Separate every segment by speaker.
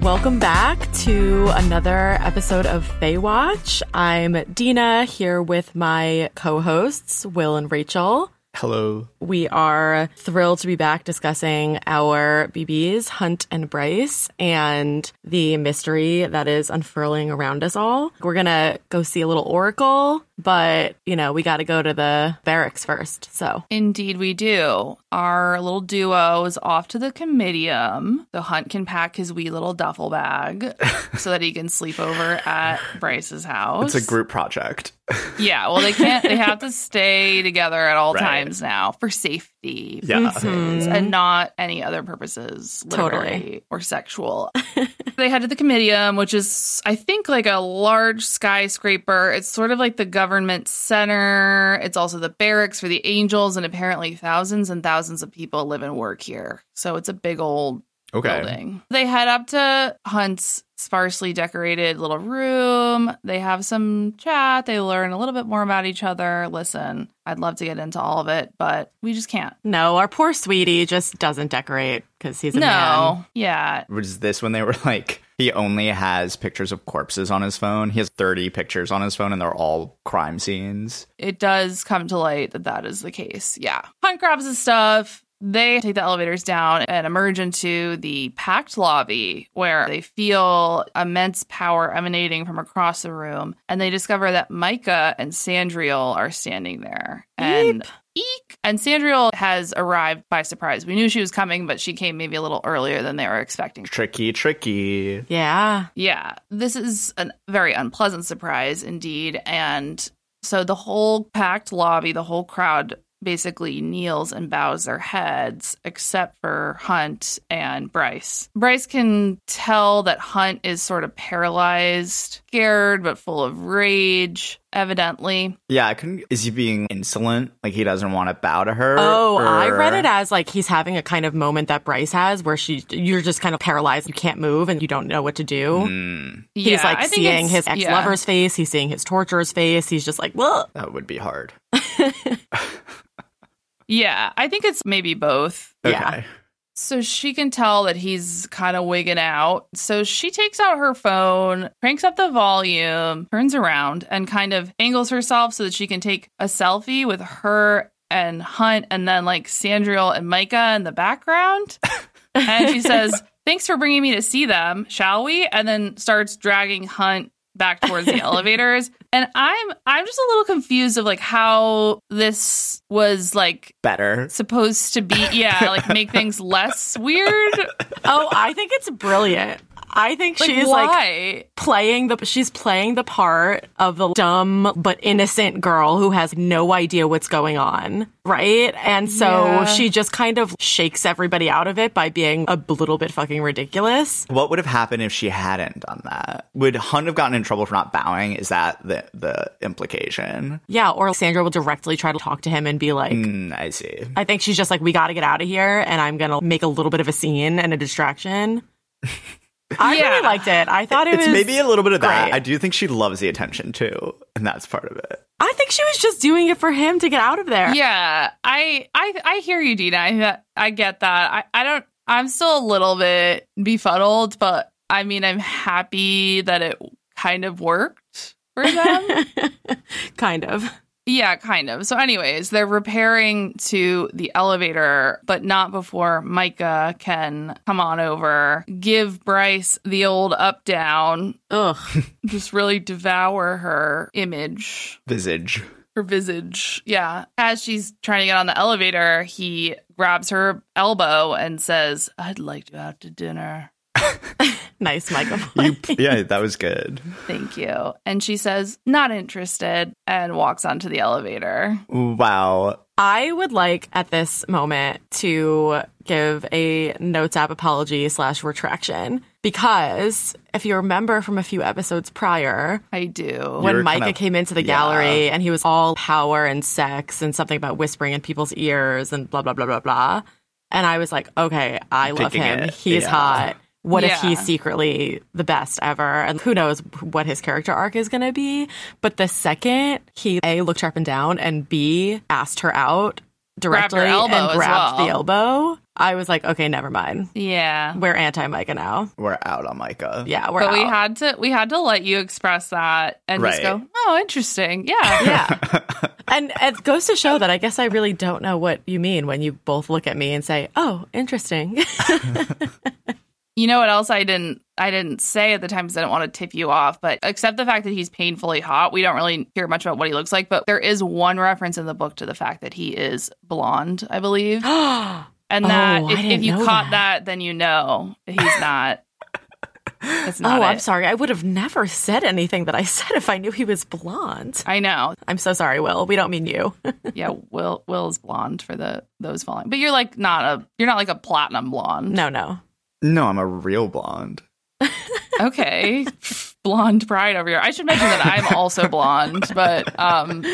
Speaker 1: Welcome back to another episode of They Watch. I'm Dina here with my co hosts, Will and Rachel.
Speaker 2: Hello.
Speaker 1: We are thrilled to be back discussing our BBs, Hunt and Bryce, and the mystery that is unfurling around us all. We're going to go see a little oracle, but, you know, we got to go to the barracks first. So,
Speaker 3: Indeed, we do. Our little duo is off to the comitium. The hunt can pack his wee little duffel bag so that he can sleep over at Bryce's house.
Speaker 2: It's a group project.
Speaker 3: Yeah, well, they can't. They have to stay together at all
Speaker 2: Right.
Speaker 3: times now for safety
Speaker 2: Yeah. Mm-hmm.
Speaker 3: purposes and not any other purposes,
Speaker 1: Totally.
Speaker 3: literally or sexual. they head to the Comitium, which is, I think, like a large skyscraper. It's sort of like the government center. It's also the barracks for the angels, and apparently thousands and thousands of people live and work here. So it's a big old
Speaker 2: Okay.
Speaker 3: building. They head up to Hunt's sparsely decorated little room. They have some chat. They learn a little bit more about each other. Listen, I'd love to get into all of it, but we just can't.
Speaker 1: no, our poor sweetie just doesn't decorate because he's a
Speaker 3: no.
Speaker 1: man.
Speaker 3: Yeah.
Speaker 2: Was this when they were like, he only has pictures of corpses on his phone? He has 30 pictures on his phone and they're all crime scenes.
Speaker 3: It does come to light that that is the case. Yeah. Hunt grabs his stuff. They take the elevators down and emerge into the packed lobby where they feel immense power emanating from across the room. And they discover that Micah and Sandriel are standing there. And eek! And Sandriel has arrived by surprise. We knew she was coming, but she came maybe a little earlier than they were expecting.
Speaker 2: Tricky, tricky.
Speaker 1: Yeah.
Speaker 3: Yeah, this is a very unpleasant surprise indeed. And so the whole packed lobby, the whole crowd basically kneels and bows their heads, except for Hunt and Bryce. Bryce can tell that Hunt is sort of paralyzed, scared, but full of rage, evidently.
Speaker 2: Yeah, I couldn't. Is he being insolent? Like he doesn't want to bow to her?
Speaker 1: Oh, I
Speaker 2: Or-
Speaker 1: read it as like he's having a kind of moment that Bryce has where she you're just kind of paralyzed, you can't move and you don't know what to do.
Speaker 2: Hmm,
Speaker 1: He's
Speaker 3: Yeah, I
Speaker 1: like
Speaker 3: think
Speaker 1: seeing
Speaker 3: it's-
Speaker 1: his
Speaker 3: yeah.
Speaker 1: ex lover's face, he's seeing his torturer's face, he's just like, Well
Speaker 2: that would be hard.
Speaker 3: Yeah, I think it's maybe both.
Speaker 2: Okay.
Speaker 1: Yeah.
Speaker 3: So she can tell that he's kind of wigging out. So she takes out her phone, cranks up the volume, turns around, and kind of angles herself so that she can take a selfie with her and Hunt and then like Sandriel and Micah in the background. and she says, Thanks for bringing me to see them, shall we? And then starts dragging Hunt back towards the elevators. And I'm I'm just a little confused of like how this was like
Speaker 2: Better.
Speaker 3: supposed to be yeah like make things less weird
Speaker 1: Oh, I think it's brilliant. I think
Speaker 3: like
Speaker 1: she's
Speaker 3: why
Speaker 1: like playing the she's playing the part of the dumb but innocent girl who has no idea what's going on, right? And so
Speaker 3: Yeah.
Speaker 1: she just kind of shakes everybody out of it by being a little bit fucking ridiculous.
Speaker 2: What would have happened if she hadn't done that? Would Hunt have gotten in trouble for not bowing? Is that the, the implication?
Speaker 1: Yeah, or Sandra will directly try to talk to him and be like,
Speaker 2: Mm, I see.
Speaker 1: I think she's just like, we got to get out of here, and I'm gonna make a little bit of a scene and a distraction. I
Speaker 3: Yeah.
Speaker 1: really liked it. I thought it
Speaker 2: it's
Speaker 1: was.
Speaker 2: maybe a little bit of that.
Speaker 1: great.
Speaker 2: I do think she loves the attention too, and that's part of it.
Speaker 1: I think she was just doing it for him to get out of there.
Speaker 3: yeah i i i hear you dina i, I get that I, I don't i'm still a little bit befuddled but i mean i'm happy that it kind of worked for them
Speaker 1: kind of.
Speaker 3: Yeah, kind of. So, anyways, they're repairing to the elevator, but not before Micah can come on over, give Bryce the old up down,
Speaker 1: Ugh.
Speaker 3: just really devour her image,
Speaker 2: Visage.
Speaker 3: her visage. Yeah. As she's trying to get on the elevator, he grabs her elbow and says, I'd like you out to dinner.
Speaker 1: Nice microphone.
Speaker 2: You, yeah, that was good.
Speaker 3: Thank you. And she says, Not interested, and walks onto the elevator.
Speaker 2: Wow.
Speaker 1: I would like at this moment to give a notes app apology slash retraction because if you remember from a few episodes prior,
Speaker 3: I do.
Speaker 2: You
Speaker 1: when
Speaker 2: were
Speaker 1: Micah
Speaker 2: kind of-
Speaker 1: came into the
Speaker 2: yeah.
Speaker 1: gallery and he was all power and sex and something about whispering in people's ears and blah blah blah blah blah. And I was like, okay, I love
Speaker 2: Picking
Speaker 1: him.
Speaker 2: it.
Speaker 1: He's
Speaker 2: Yeah.
Speaker 1: hot. What if
Speaker 3: Yeah.
Speaker 1: he's secretly the best ever? And who knows what his character arc is going to be? But the second he a looked her up and down and b asked her out
Speaker 3: Grabbed her
Speaker 1: directly
Speaker 3: elbow
Speaker 1: and
Speaker 3: as
Speaker 1: grabbed
Speaker 3: well.
Speaker 1: the elbow, I was like, okay, never mind.
Speaker 3: Yeah.
Speaker 1: We're anti Micah now.
Speaker 2: We're out on Micah.
Speaker 1: Yeah, we're
Speaker 3: But
Speaker 1: out.
Speaker 3: we had to we had to let you express that and just
Speaker 2: Right.
Speaker 3: go, oh, interesting. Yeah.
Speaker 1: yeah. And it goes to show that I guess I really don't know what you mean when you both look at me and say, oh, interesting.
Speaker 3: You know what else I didn't I didn't say at the time because I didn't want to tip you off, but except the fact that he's painfully hot, we don't really hear much about what he looks like. But there is one reference in the book to the fact that he is blonde, I believe, and
Speaker 1: Oh, I
Speaker 3: that if, if
Speaker 1: didn't
Speaker 3: you
Speaker 1: know
Speaker 3: caught
Speaker 1: that.
Speaker 3: that. then you know that he's not. it's not.
Speaker 1: oh, I'm
Speaker 3: it.
Speaker 1: sorry. I would have never said anything that I said if I knew he was blonde.
Speaker 3: I know.
Speaker 1: I'm so sorry, Will. We don't mean you.
Speaker 3: Yeah, Will Will's blonde for the those following, but you're like not a you're not like a platinum blonde.
Speaker 1: no, no.
Speaker 2: No, I'm a real blonde.
Speaker 3: Okay, blonde pride over here. I should mention that I'm also blonde, but um,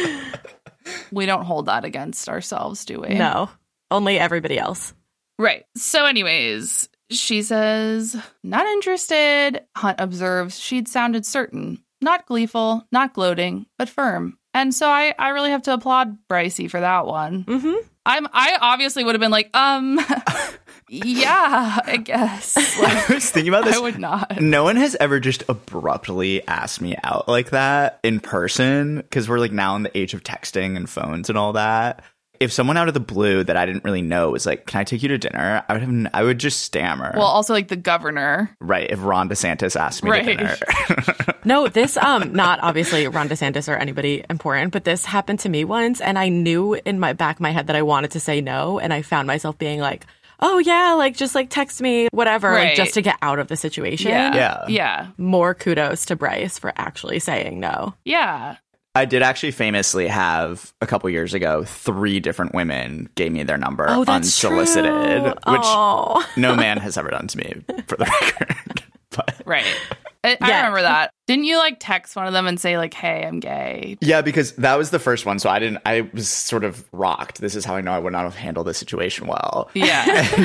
Speaker 3: we don't hold that against ourselves, do we?
Speaker 1: No. Only everybody else.
Speaker 3: Right. So, anyways, she says, not interested. Hunt observes she'd sounded certain, not gleeful, not gloating, but firm. And so I, I really have to applaud Brycey for that one.
Speaker 1: Mm-hmm.
Speaker 3: I'm I obviously would have been like, um yeah, I guess. Like,
Speaker 2: I was thinking about this.
Speaker 3: I would not.
Speaker 2: No one has ever just abruptly asked me out like that in person because we're like now in the age of texting and phones and all that. If someone out of the blue that I didn't really know was like, "Can I take you to dinner?" I would have, n- I would just stammer.
Speaker 3: Well, also like the governor.
Speaker 2: right. If Ron DeSantis asked me
Speaker 3: Right.
Speaker 2: to dinner,
Speaker 1: No, this um not obviously Ron DeSantis or anybody important, but this happened to me once and I knew in my back of my head that I wanted to say no and I found myself being like, "Oh yeah, like just like text me whatever like,
Speaker 3: Right.
Speaker 1: just to get out of the situation."
Speaker 2: Yeah.
Speaker 3: Yeah.
Speaker 1: More kudos to Bryce for actually saying no.
Speaker 3: Yeah.
Speaker 2: I did actually famously have a couple years ago three different women gave me their number
Speaker 1: Oh, that's
Speaker 2: unsolicited,
Speaker 1: true.
Speaker 2: which
Speaker 1: oh.
Speaker 2: no man has ever done to me, for the record. but
Speaker 3: Right. I, I
Speaker 1: Yeah.
Speaker 3: remember that. Didn't you like text one of them and say like, "Hey, I'm gay."
Speaker 2: yeah, because that was the first one, so I didn't. I was sort of rocked. This is how I know I would not have handled this situation well.
Speaker 3: Yeah.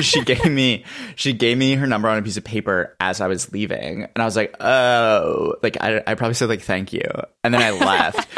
Speaker 2: she gave me she gave me her number on a piece of paper as I was leaving, and I was like, oh, like I, I probably said like thank you, and then I left,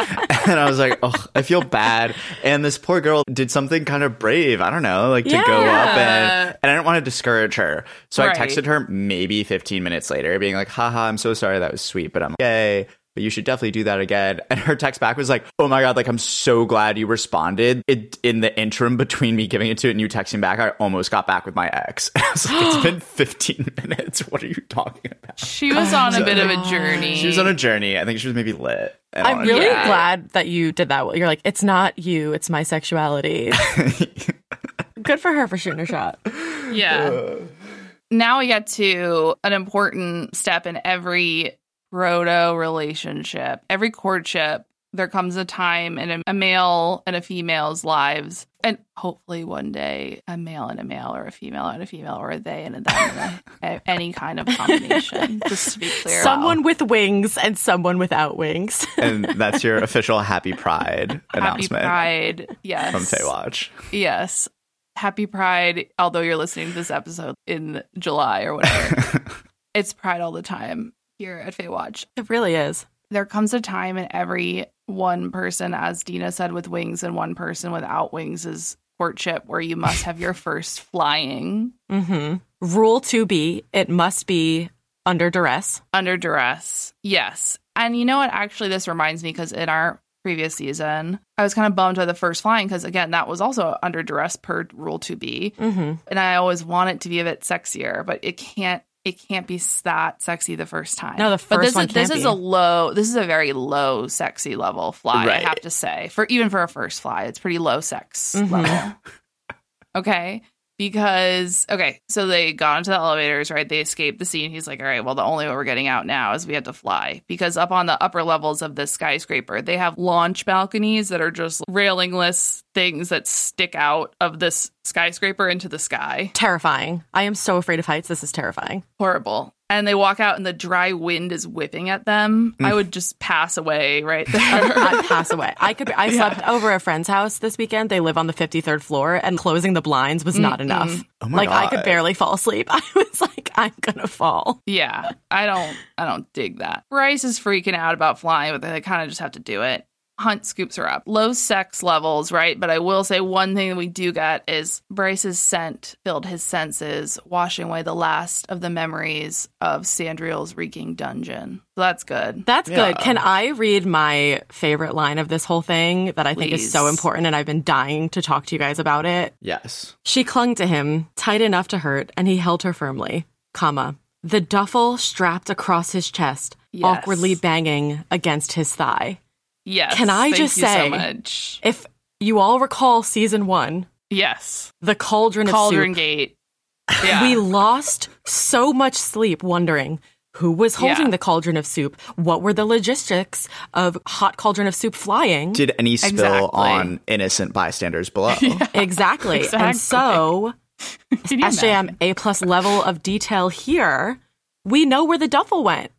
Speaker 2: and I was like, oh, I feel bad, and this poor girl did something kind of brave, I don't know, like to go up
Speaker 3: Yeah.
Speaker 2: and and I didn't want to discourage her, so
Speaker 3: Right.
Speaker 2: I texted her maybe 15 minutes later, being like, haha, I'm so sorry, that was sweet, but I'm gay. But you should definitely do that again. And her text back was like, "Oh my god! Like I'm so glad you responded. It in the interim between me giving it to it and you texting back, I almost got back with my ex. I was like, it's been 15 minutes. What are you talking about?
Speaker 3: She was on a bit of a journey.
Speaker 2: She was on a journey. I think she was maybe lit. and on
Speaker 1: I'm
Speaker 2: a
Speaker 1: really
Speaker 2: journey.
Speaker 1: glad that you did that. You're like, "It's not you, it's my sexuality." Good for her for shooting her shot.
Speaker 3: Yeah. Now we get to an important step in every proto relationship, every courtship. There comes a time in a, a male and a female's lives, and hopefully one day a male and a male, or a female and a female, or a they and a them, and a, a- any kind of combination. just to be clear,
Speaker 1: Someone with wings and someone without wings.
Speaker 2: And that's your official Happy Pride
Speaker 3: happy
Speaker 2: announcement
Speaker 3: pride, yes,
Speaker 2: from Baywatch.
Speaker 3: Yes. Happy Pride, although you're listening to this episode in July or whatever. it's Pride all the time here at Watch.
Speaker 1: It really is.
Speaker 3: There comes a time in every one person, as Dina said, with wings and one person without wings is courtship where you must have your first flying
Speaker 1: hmm Rule 2B, it must be under duress.
Speaker 3: under duress. Yes. And you know what? Actually, this reminds me because in our previous season, I was kind of bummed by the first flying because, again, that was also under duress per Rule 2B.
Speaker 1: Mm-hmm.
Speaker 3: and I always want it to be a bit sexier, but it can't. It can't be that sexy the first time.
Speaker 1: No, the
Speaker 3: but
Speaker 1: first
Speaker 3: this
Speaker 1: one
Speaker 3: is, this
Speaker 1: can't
Speaker 3: is
Speaker 1: be.
Speaker 3: a low. This is a very low sexy level fly.
Speaker 2: Right.
Speaker 3: I have to say, for even for a first fly, it's pretty low sex
Speaker 1: Mhm.
Speaker 3: level. okay, because okay, so they got into the elevators, right? They escaped the scene. He's like, all right, well, the only way we're getting out now is we have to fly because up on the upper levels of this skyscraper, they have launch balconies that are just railingless things that stick out of this skyscraper into the sky.
Speaker 1: Terrifying. I am so afraid of heights. This is terrifying.
Speaker 3: Horrible. And they walk out, and the dry wind is whipping at them. I would just pass away right there.
Speaker 1: I'd pass away. I could. Be, I slept over at a friend's house this weekend. They live on the 53rd floor, and closing the blinds was not enough.
Speaker 2: Oh my
Speaker 1: like I
Speaker 2: God.
Speaker 1: could barely fall asleep. I was like, I'm gonna fall.
Speaker 3: yeah, I don't, I don't dig that. Bryce is freaking out about flying, but they kind of just have to do it. Hunt scoops her up. Low sex levels, right? But I will say one thing that we do get is Bryce's scent filled his senses, washing away the last of the memories of Sandriel's reeking dungeon. So that's good.
Speaker 1: That's
Speaker 2: Yeah.
Speaker 1: good. Can I read my favorite line of this whole thing that I think is so
Speaker 3: Please.
Speaker 1: important and I've been dying to talk to you guys about it?
Speaker 2: Yes.
Speaker 1: She clung to him, tight enough to hurt, and he held her firmly, comma. The duffel strapped across his chest,
Speaker 3: Yes.
Speaker 1: awkwardly banging against his thigh.
Speaker 3: Yes.
Speaker 1: Can I
Speaker 3: Thank
Speaker 1: just
Speaker 3: you so
Speaker 1: say-
Speaker 3: much?
Speaker 1: If you all recall season one,
Speaker 3: Yes.
Speaker 1: the cauldron, of
Speaker 3: Cauldron
Speaker 1: soup,
Speaker 3: Gate. Yeah.
Speaker 1: we lost so much sleep wondering who was holding
Speaker 3: Yeah.
Speaker 1: the cauldron of soup? What were the logistics of hot cauldron of soup flying?
Speaker 2: Did any spill
Speaker 3: Exactly.
Speaker 2: on innocent bystanders below?
Speaker 1: exactly. And
Speaker 3: Exactly.
Speaker 1: so
Speaker 3: Can you imagine?
Speaker 1: SJM A plus level of detail here, we know where the duffel went.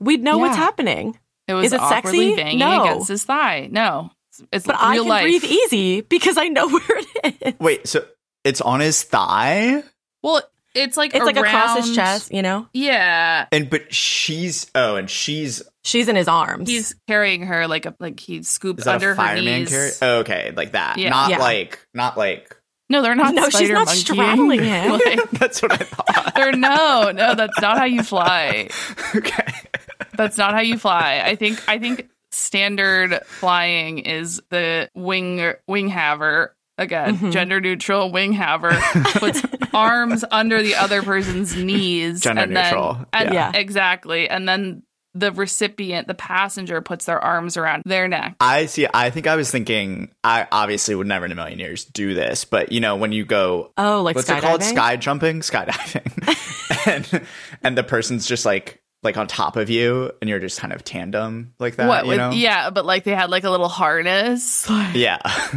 Speaker 1: We know what's
Speaker 3: Yeah.
Speaker 1: happening.
Speaker 3: It was
Speaker 1: Is it
Speaker 3: awkwardly
Speaker 1: sexy?
Speaker 3: banging
Speaker 1: No.
Speaker 3: against his thigh. No. It's- It's
Speaker 1: But
Speaker 3: real
Speaker 1: I can
Speaker 3: life.
Speaker 1: breathe e- easy because I know where it is.
Speaker 2: Wait, so it's on his thigh?
Speaker 3: Well, it's like
Speaker 1: It's like across his
Speaker 3: around-
Speaker 1: chest, you know?
Speaker 3: Yeah,
Speaker 2: And but she's oh, and she's
Speaker 1: She's in his arms.
Speaker 3: he's carrying her like a like he scoops
Speaker 2: is that
Speaker 3: under
Speaker 2: a
Speaker 3: her
Speaker 2: fireman
Speaker 3: knees.
Speaker 2: carry? Oh, okay, like that.
Speaker 3: Yeah.
Speaker 2: Not
Speaker 1: Yeah.
Speaker 2: like not like
Speaker 3: No, they're not.
Speaker 1: No, she's
Speaker 3: spider
Speaker 1: not
Speaker 3: monkeying.
Speaker 1: straddling him.
Speaker 3: Like,
Speaker 2: that's what I thought.
Speaker 3: they're no, no. That's not how you fly.
Speaker 2: okay.
Speaker 3: That's not how you fly. I think. I think standard flying is the wing wing haver again,
Speaker 2: Mm-hmm.
Speaker 3: gender neutral wing haver puts arms under the other person's knees.
Speaker 2: Gender
Speaker 3: and then-
Speaker 2: neutral,
Speaker 3: and-
Speaker 1: yeah.
Speaker 3: exactly. And then the recipient, the passenger, puts their arms around their neck.
Speaker 2: I see. I think I was thinking. I obviously would never in a million years do this, but you know, when you go,
Speaker 1: Oh, like
Speaker 2: what's it called?
Speaker 1: skydiving?
Speaker 2: Sky jumping, skydiving, and and the person's just like like on top of you, and you're just kind of tandem like that.
Speaker 3: what
Speaker 2: you
Speaker 3: with,
Speaker 2: know?
Speaker 3: yeah but like they had like a little harness
Speaker 2: yeah.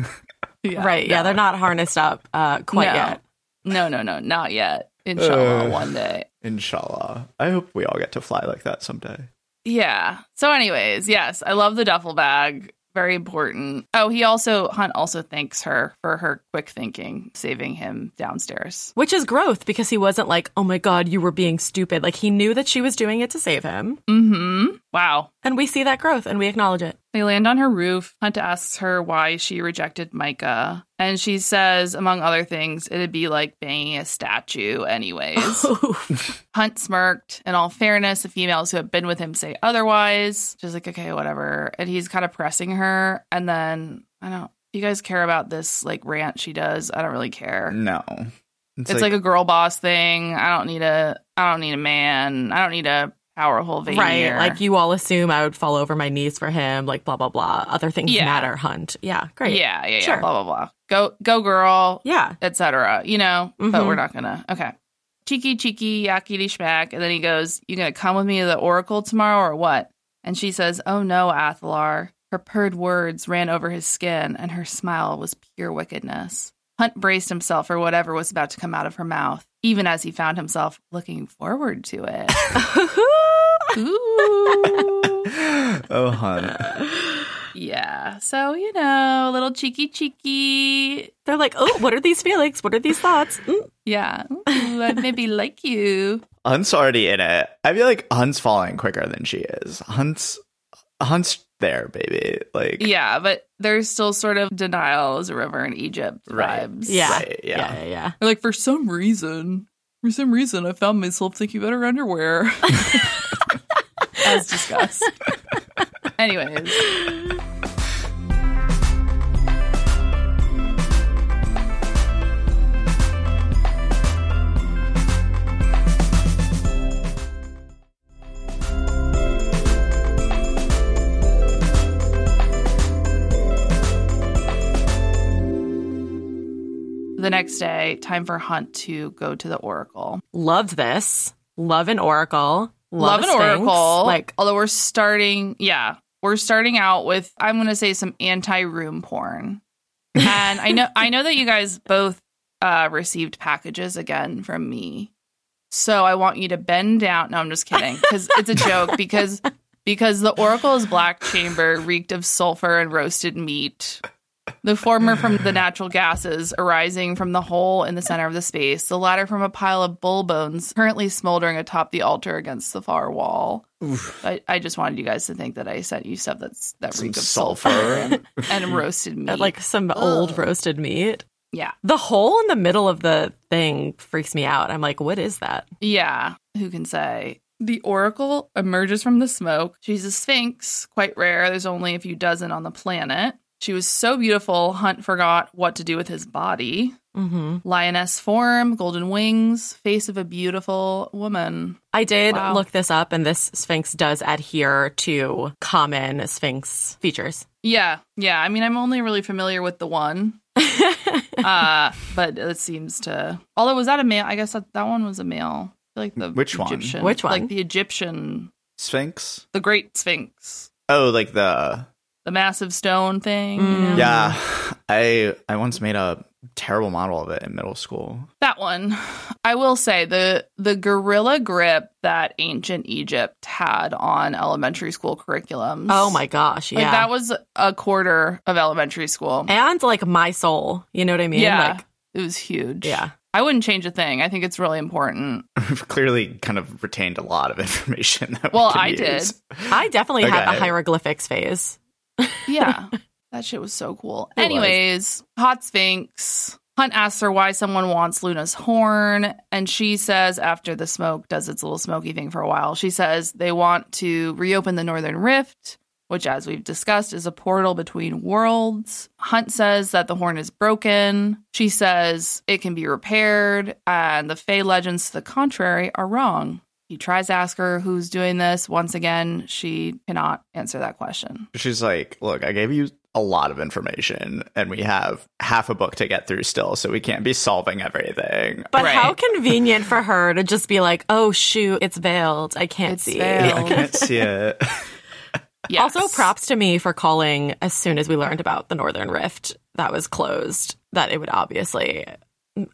Speaker 3: Yeah.
Speaker 1: right. Yeah, they're not harnessed up uh, quite
Speaker 3: no.
Speaker 1: yet.
Speaker 3: no no no not yet inshallah one day
Speaker 2: Inshallah, I hope we all get to fly like that someday.
Speaker 3: yeah so anyways yes i love the duffel bag very important oh he also hunt also thanks her for her quick thinking saving him downstairs
Speaker 1: Which is growth because he wasn't like, oh my God, you were being stupid. Like he knew that she was doing it to save him.
Speaker 3: mm-hmm wow
Speaker 1: And we see that growth and we acknowledge it.
Speaker 3: They land on her roof. Hunt asks her why she rejected Micah. And she says, among other things, it'd be like banging a statue, anyways. Hunt smirked. In all fairness, the females who have been with him say otherwise. She's like, okay, whatever. And he's kind of pressing her. And then, I don't, you guys care about this like rant she does? I don't really care.
Speaker 2: No,
Speaker 3: Mm, It's, like, a girl boss thing. I don't need a, I don't need a man. I don't need a powerful veneer.
Speaker 1: Right. Like you all assume I would fall over my knees for him, like blah, blah, blah. Other things
Speaker 3: Yeah.
Speaker 1: matter, Hunt. Yeah. Great.
Speaker 3: Yeah, yeah, yeah.
Speaker 1: Sure.
Speaker 3: Blah blah blah. Go go girl,
Speaker 1: Yeah.
Speaker 3: etc. You know, but
Speaker 1: Mhm.
Speaker 3: we're not gonna. Okay. Cheeky cheeky yakety schmack, and then he goes, "You gonna come with me to the Oracle tomorrow or what?" And she says, "Oh no, Athelar." Her purred words ran over his skin, and her smile was pure wickedness. Hunt braced himself for whatever was about to come out of her mouth, even as he found himself looking forward to it. Ooh.
Speaker 2: oh, hun.
Speaker 3: Yeah. So, you know, a little cheeky cheeky.
Speaker 1: They're like, oh, what are these feelings? What are these thoughts? Mm.
Speaker 3: Yeah. Ooh, I maybe like you.
Speaker 2: Hunt's already in it. I feel like Hunt's falling quicker than she is. Hunt's Hunt's there, baby. Like
Speaker 3: Yeah, but there's still sort of denial as a river in Egypt
Speaker 2: Right.
Speaker 3: vibes.
Speaker 1: Yeah.
Speaker 2: Right, yeah.
Speaker 1: Yeah. Yeah.
Speaker 3: Like for some reason, for some reason I found myself thinking about her underwear. as discussed. Anyways. The next day, time for Hunt to go to the Oracle.
Speaker 1: Loved this. Love an oracle.
Speaker 3: Love,
Speaker 1: a
Speaker 3: an
Speaker 1: sphinx.
Speaker 3: Oracle.
Speaker 1: Like,
Speaker 3: although we're starting, yeah, we're starting out with I'm going to say some anti-room porn. And I know I know that you guys both uh received packages again from me. So I want you to bend down. No, I'm just kidding cuz it's a joke because because the Oracle's black chamber reeked of sulfur and roasted meat. The former from the natural gases arising from the hole in the center of the space, the latter from a pile of bull bones currently smoldering atop the altar against the far wall. I, I just wanted you guys to think that I sent you stuff that's that
Speaker 2: Some
Speaker 3: reek of
Speaker 2: sulfur.
Speaker 3: sulfur and, and roasted meat.
Speaker 1: Like some old roasted meat.
Speaker 3: yeah,
Speaker 1: The hole in the middle of the thing freaks me out. I'm like, what is that?
Speaker 3: Yeah, who can say? The oracle emerges from the smoke. She's a sphinx, quite rare. There's only a few dozen on the planet. She was so beautiful, Hunt forgot what to do with his body.
Speaker 1: Mm-hmm.
Speaker 3: Lioness form, golden wings, face of a beautiful woman.
Speaker 1: I did
Speaker 3: Wow.
Speaker 1: look this up, and this sphinx does adhere to common sphinx features.
Speaker 3: Yeah, yeah. I mean, I'm only really familiar with the one, uh, but it seems to. Although, was that a male? I guess that, that one was a male. I feel like the
Speaker 2: Which one?
Speaker 3: Egyptian,
Speaker 1: Which one?
Speaker 3: Like the Egyptian,
Speaker 2: Sphinx?
Speaker 3: the Great Sphinx.
Speaker 2: Oh, like the
Speaker 3: the massive stone thing. you
Speaker 1: Mm.
Speaker 3: know?
Speaker 2: yeah. I I once made a terrible model of it in middle school.
Speaker 3: That one. I will say the the gorilla grip that ancient Egypt had on elementary school curriculums.
Speaker 1: Oh my gosh! Yeah,
Speaker 3: Like that was a quarter of elementary school.
Speaker 1: and like my soul. You know what I mean?
Speaker 3: yeah.
Speaker 1: Like,
Speaker 3: it was huge.
Speaker 1: yeah.
Speaker 3: I wouldn't change a thing. I think it's really important.
Speaker 2: We've clearly kind of retained a lot of information that we
Speaker 3: Well,
Speaker 2: can
Speaker 3: I did.
Speaker 2: use.
Speaker 1: I definitely had the
Speaker 2: Okay.
Speaker 1: hieroglyphics phase.
Speaker 3: Yeah. that shit was so cool.
Speaker 2: It was.
Speaker 3: Anyways, Hot Sphinx. Hunt asks her why someone wants Luna's horn, and she says, after the smoke does its little smoky thing for a while, she says they want to reopen the Northern Rift, which, as we've discussed, is a portal between worlds. Hunt says that the horn is broken. She says it can be repaired, and the Fey legends to the contrary are wrong. He tries to ask her who's doing this. Once again, she cannot answer that question.
Speaker 2: She's like, look, I gave you a lot of information and we have half a book to get through still, so we can't be solving everything.
Speaker 1: But
Speaker 3: Right.
Speaker 1: how convenient for her to just be like, "Oh shoot, it's veiled. I can't
Speaker 3: It's
Speaker 1: see."
Speaker 3: veiled.
Speaker 2: I can't see it.
Speaker 3: Yes.
Speaker 1: Also, props to me for calling as soon as we learned about the Northern Rift that was closed, that it would obviously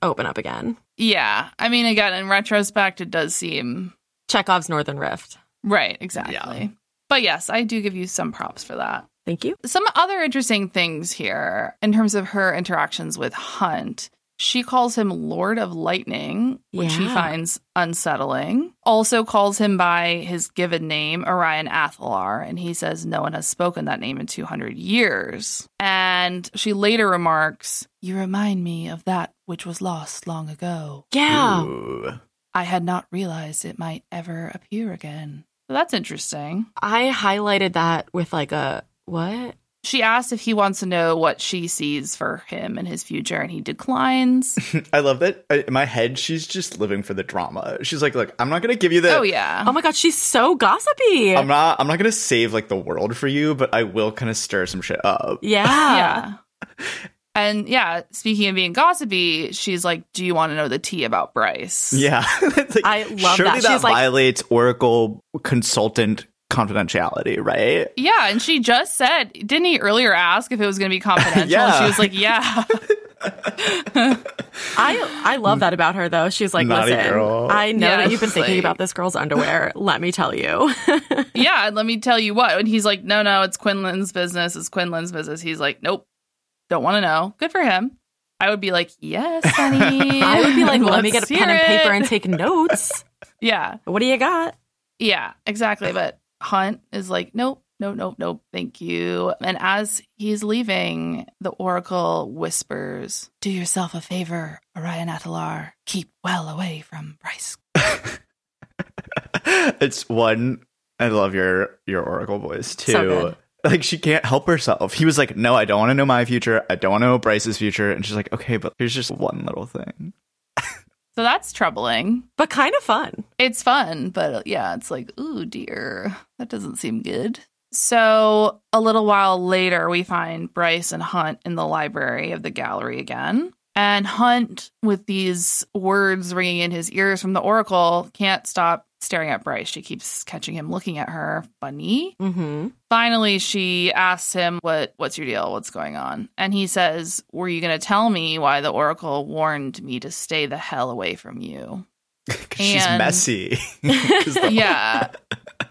Speaker 1: open up again.
Speaker 3: Yeah. I mean, again, in retrospect, it does seem
Speaker 1: Chekhov's Northern Rift.
Speaker 3: right. Exactly. But yes, I do give you some props for that.
Speaker 1: Thank you.
Speaker 3: Some other interesting things here in terms of her interactions with Hunt. She calls him Lord of Lightning, which he
Speaker 1: Yeah.
Speaker 3: finds unsettling. Also calls him by his given name, Orion Athelar, and he says no one has spoken that name in 200 years. And she later remarks, You remind me of that which was lost long ago.
Speaker 1: Yeah.
Speaker 2: Ooh.
Speaker 3: I had not realized it might ever appear again. So that's interesting.
Speaker 1: I highlighted that with like a what?
Speaker 3: She asks if he wants to know what she sees for him and his future, and he declines.
Speaker 2: I love that. I- In my head, she's just living for the drama. She's like, look, I'm not gonna give you the
Speaker 3: oh, yeah.
Speaker 1: Oh my god, she's so gossipy.
Speaker 2: I'm not I'm not gonna save like the world for you, but I will kind of stir some shit up.
Speaker 1: yeah.
Speaker 3: yeah. And yeah, speaking of being gossipy, she's like, Do you want to know the tea about Bryce?
Speaker 2: Yeah. It's like,
Speaker 1: I love
Speaker 2: surely
Speaker 1: that. She's like-
Speaker 2: violates Oracle consultant confidentiality, right?
Speaker 3: Yeah. And she just said, Didn't he earlier ask if it was going to be confidential?
Speaker 2: Yeah.
Speaker 3: And She was like, Yeah.
Speaker 1: I I love that about her though. She's like,
Speaker 2: Naughty
Speaker 1: listen,
Speaker 2: girl."
Speaker 1: I know
Speaker 3: Yeah,
Speaker 1: that you've been
Speaker 3: it's
Speaker 1: thinking
Speaker 3: like-
Speaker 1: about this girl's underwear. Let me tell you.
Speaker 3: yeah. And let me tell you what. And he's like, No, no, it's Quinlan's business. It's Quinlan's business. He's like, Nope. Don't want to know. Good for him. I would be like, Yes, honey.
Speaker 1: I would be like, let me get a
Speaker 3: Let's
Speaker 1: pen and
Speaker 3: hear
Speaker 1: paper
Speaker 3: it."
Speaker 1: and take notes.
Speaker 3: Yeah.
Speaker 1: What do you got?
Speaker 3: Yeah, exactly. But Hunt is like, nope, nope, nope, nope, thank you. And as he's leaving, the Oracle whispers, Do yourself a favor, Orion Atalar. Keep well away from Bryce.
Speaker 2: it's one I love your your Oracle voice too.
Speaker 1: So good.
Speaker 2: like she can't help herself. He was like, "No, I don't want to know my future. I don't want to know Bryce's future." And she's like, "Okay, but here's just one little thing."
Speaker 3: So that's troubling.
Speaker 1: But kind of fun.
Speaker 3: It's fun, but uh, yeah, it's like, ooh, dear, that doesn't seem good. So a little while later, we find Bryce and Hunt in the library of the gallery again. And Hunt, with these words ringing in his ears from the Oracle, can't stop staring at Bryce. She keeps catching him looking at her funny.
Speaker 1: Mm-hmm.
Speaker 3: Finally, she asks him, "What? What's your deal? What's going on?" And he says, "Were you going to tell me why the Oracle warned me to stay the hell away from you?"
Speaker 2: Because she's
Speaker 3: And-
Speaker 2: messy. 'Cause the-
Speaker 3: yeah.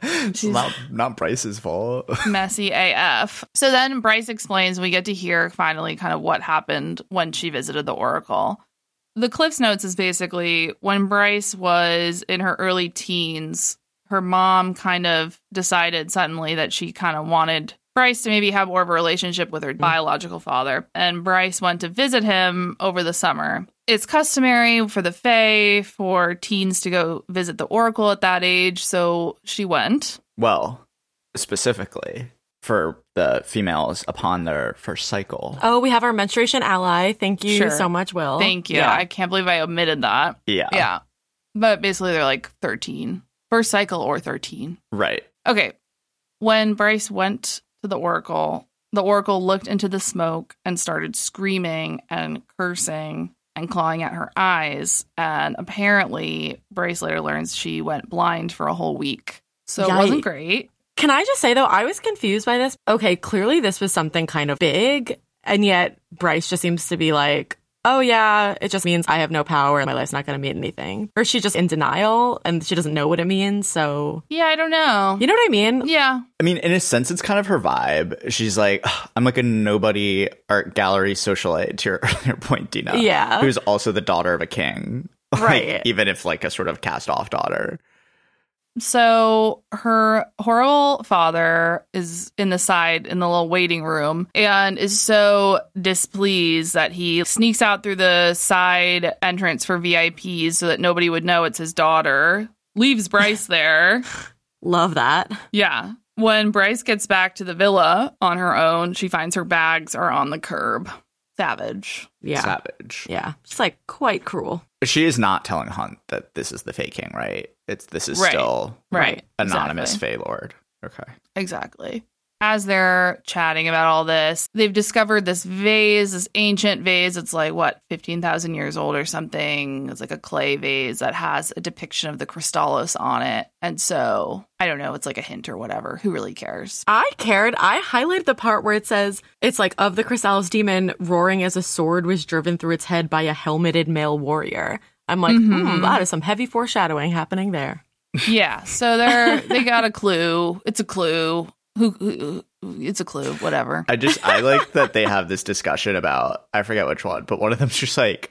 Speaker 2: It's not not Bryce's fault.
Speaker 3: messy AF. So then Bryce explains we get to hear finally kind of what happened when she visited the Oracle. The Cliffs Notes is basically when Bryce was in her early teens, her mom kind of decided suddenly that she kind of wanted Bryce to maybe have more of a relationship with her biological father. And Bryce went to visit him over the summer. It's customary for the Fae for teens to go visit the Oracle at that age. So she went.
Speaker 2: well, specifically for the females upon their first cycle.
Speaker 1: Oh, we have our menstruation ally. Thank you
Speaker 3: Sure.
Speaker 1: so much, Will.
Speaker 3: Thank you.
Speaker 2: yeah.
Speaker 3: I can't believe I omitted that.
Speaker 2: yeah,
Speaker 3: Yeah. But basically, they're like 13, first cycle or 13.
Speaker 2: right.
Speaker 3: Okay. When Bryce went to the Oracle, the Oracle looked into the smoke and started screaming and cursing and clawing at her eyes. And apparently, Bryce later learns she went blind for a whole week. So it wasn't
Speaker 1: Yikes.
Speaker 3: great.
Speaker 1: Can I just say though, I was confused by this. Okay, clearly this was something kind of big, and yet Bryce just seems to be like, "Oh yeah, it just means I have no power and my life's not going to mean anything," or she's just in denial and she doesn't know what it means. So
Speaker 3: Yeah, I don't know.
Speaker 1: you know what I mean?
Speaker 3: Yeah.
Speaker 2: I mean, in a sense, it's kind of her vibe. She's like, "Ugh, I'm like a nobody art gallery socialite. To your earlier point, Dina,
Speaker 1: Yeah.
Speaker 2: who's also the daughter of a king, Like,
Speaker 1: Uh, Right.
Speaker 2: even if like a sort of cast off daughter.
Speaker 3: So her horrible father is in the side in the little waiting room and is so displeased that he sneaks out through the side entrance for VIPs so that nobody would know it's his daughter. Leaves Bryce there.
Speaker 1: Love that.
Speaker 3: Yeah. When Bryce gets back to the villa on her own, she finds her bags are on the curb. Savage.
Speaker 1: Yeah,
Speaker 2: Savage.
Speaker 1: yeah. It's like quite cruel.
Speaker 2: She is not telling Hunt that this is the Fey King, right? It's this is
Speaker 3: Right.
Speaker 2: still
Speaker 3: Right.
Speaker 2: anonymous Fey
Speaker 3: Exactly.
Speaker 2: Lord. Okay.
Speaker 3: Exactly. As they're chatting about all this, they've discovered this vase, this ancient vase. It's like, what, 15,000 years old or something? It's like a clay vase that has a depiction of the Crystallis on it. And so, I don't know, it's like a hint or whatever. Who really cares?
Speaker 1: I cared. I highlighted the part where it says it's like of the Chrysalis demon roaring as a sword was driven through its head by a helmeted male warrior. I'm like,
Speaker 3: Mhm.
Speaker 1: hmm, that is some heavy foreshadowing happening there.
Speaker 3: yeah. So they're, they got a clue. It's a clue. Who, who, who- it's a clue, whatever.
Speaker 2: I just I like that they have this discussion about I forget which one, but one of them's just like,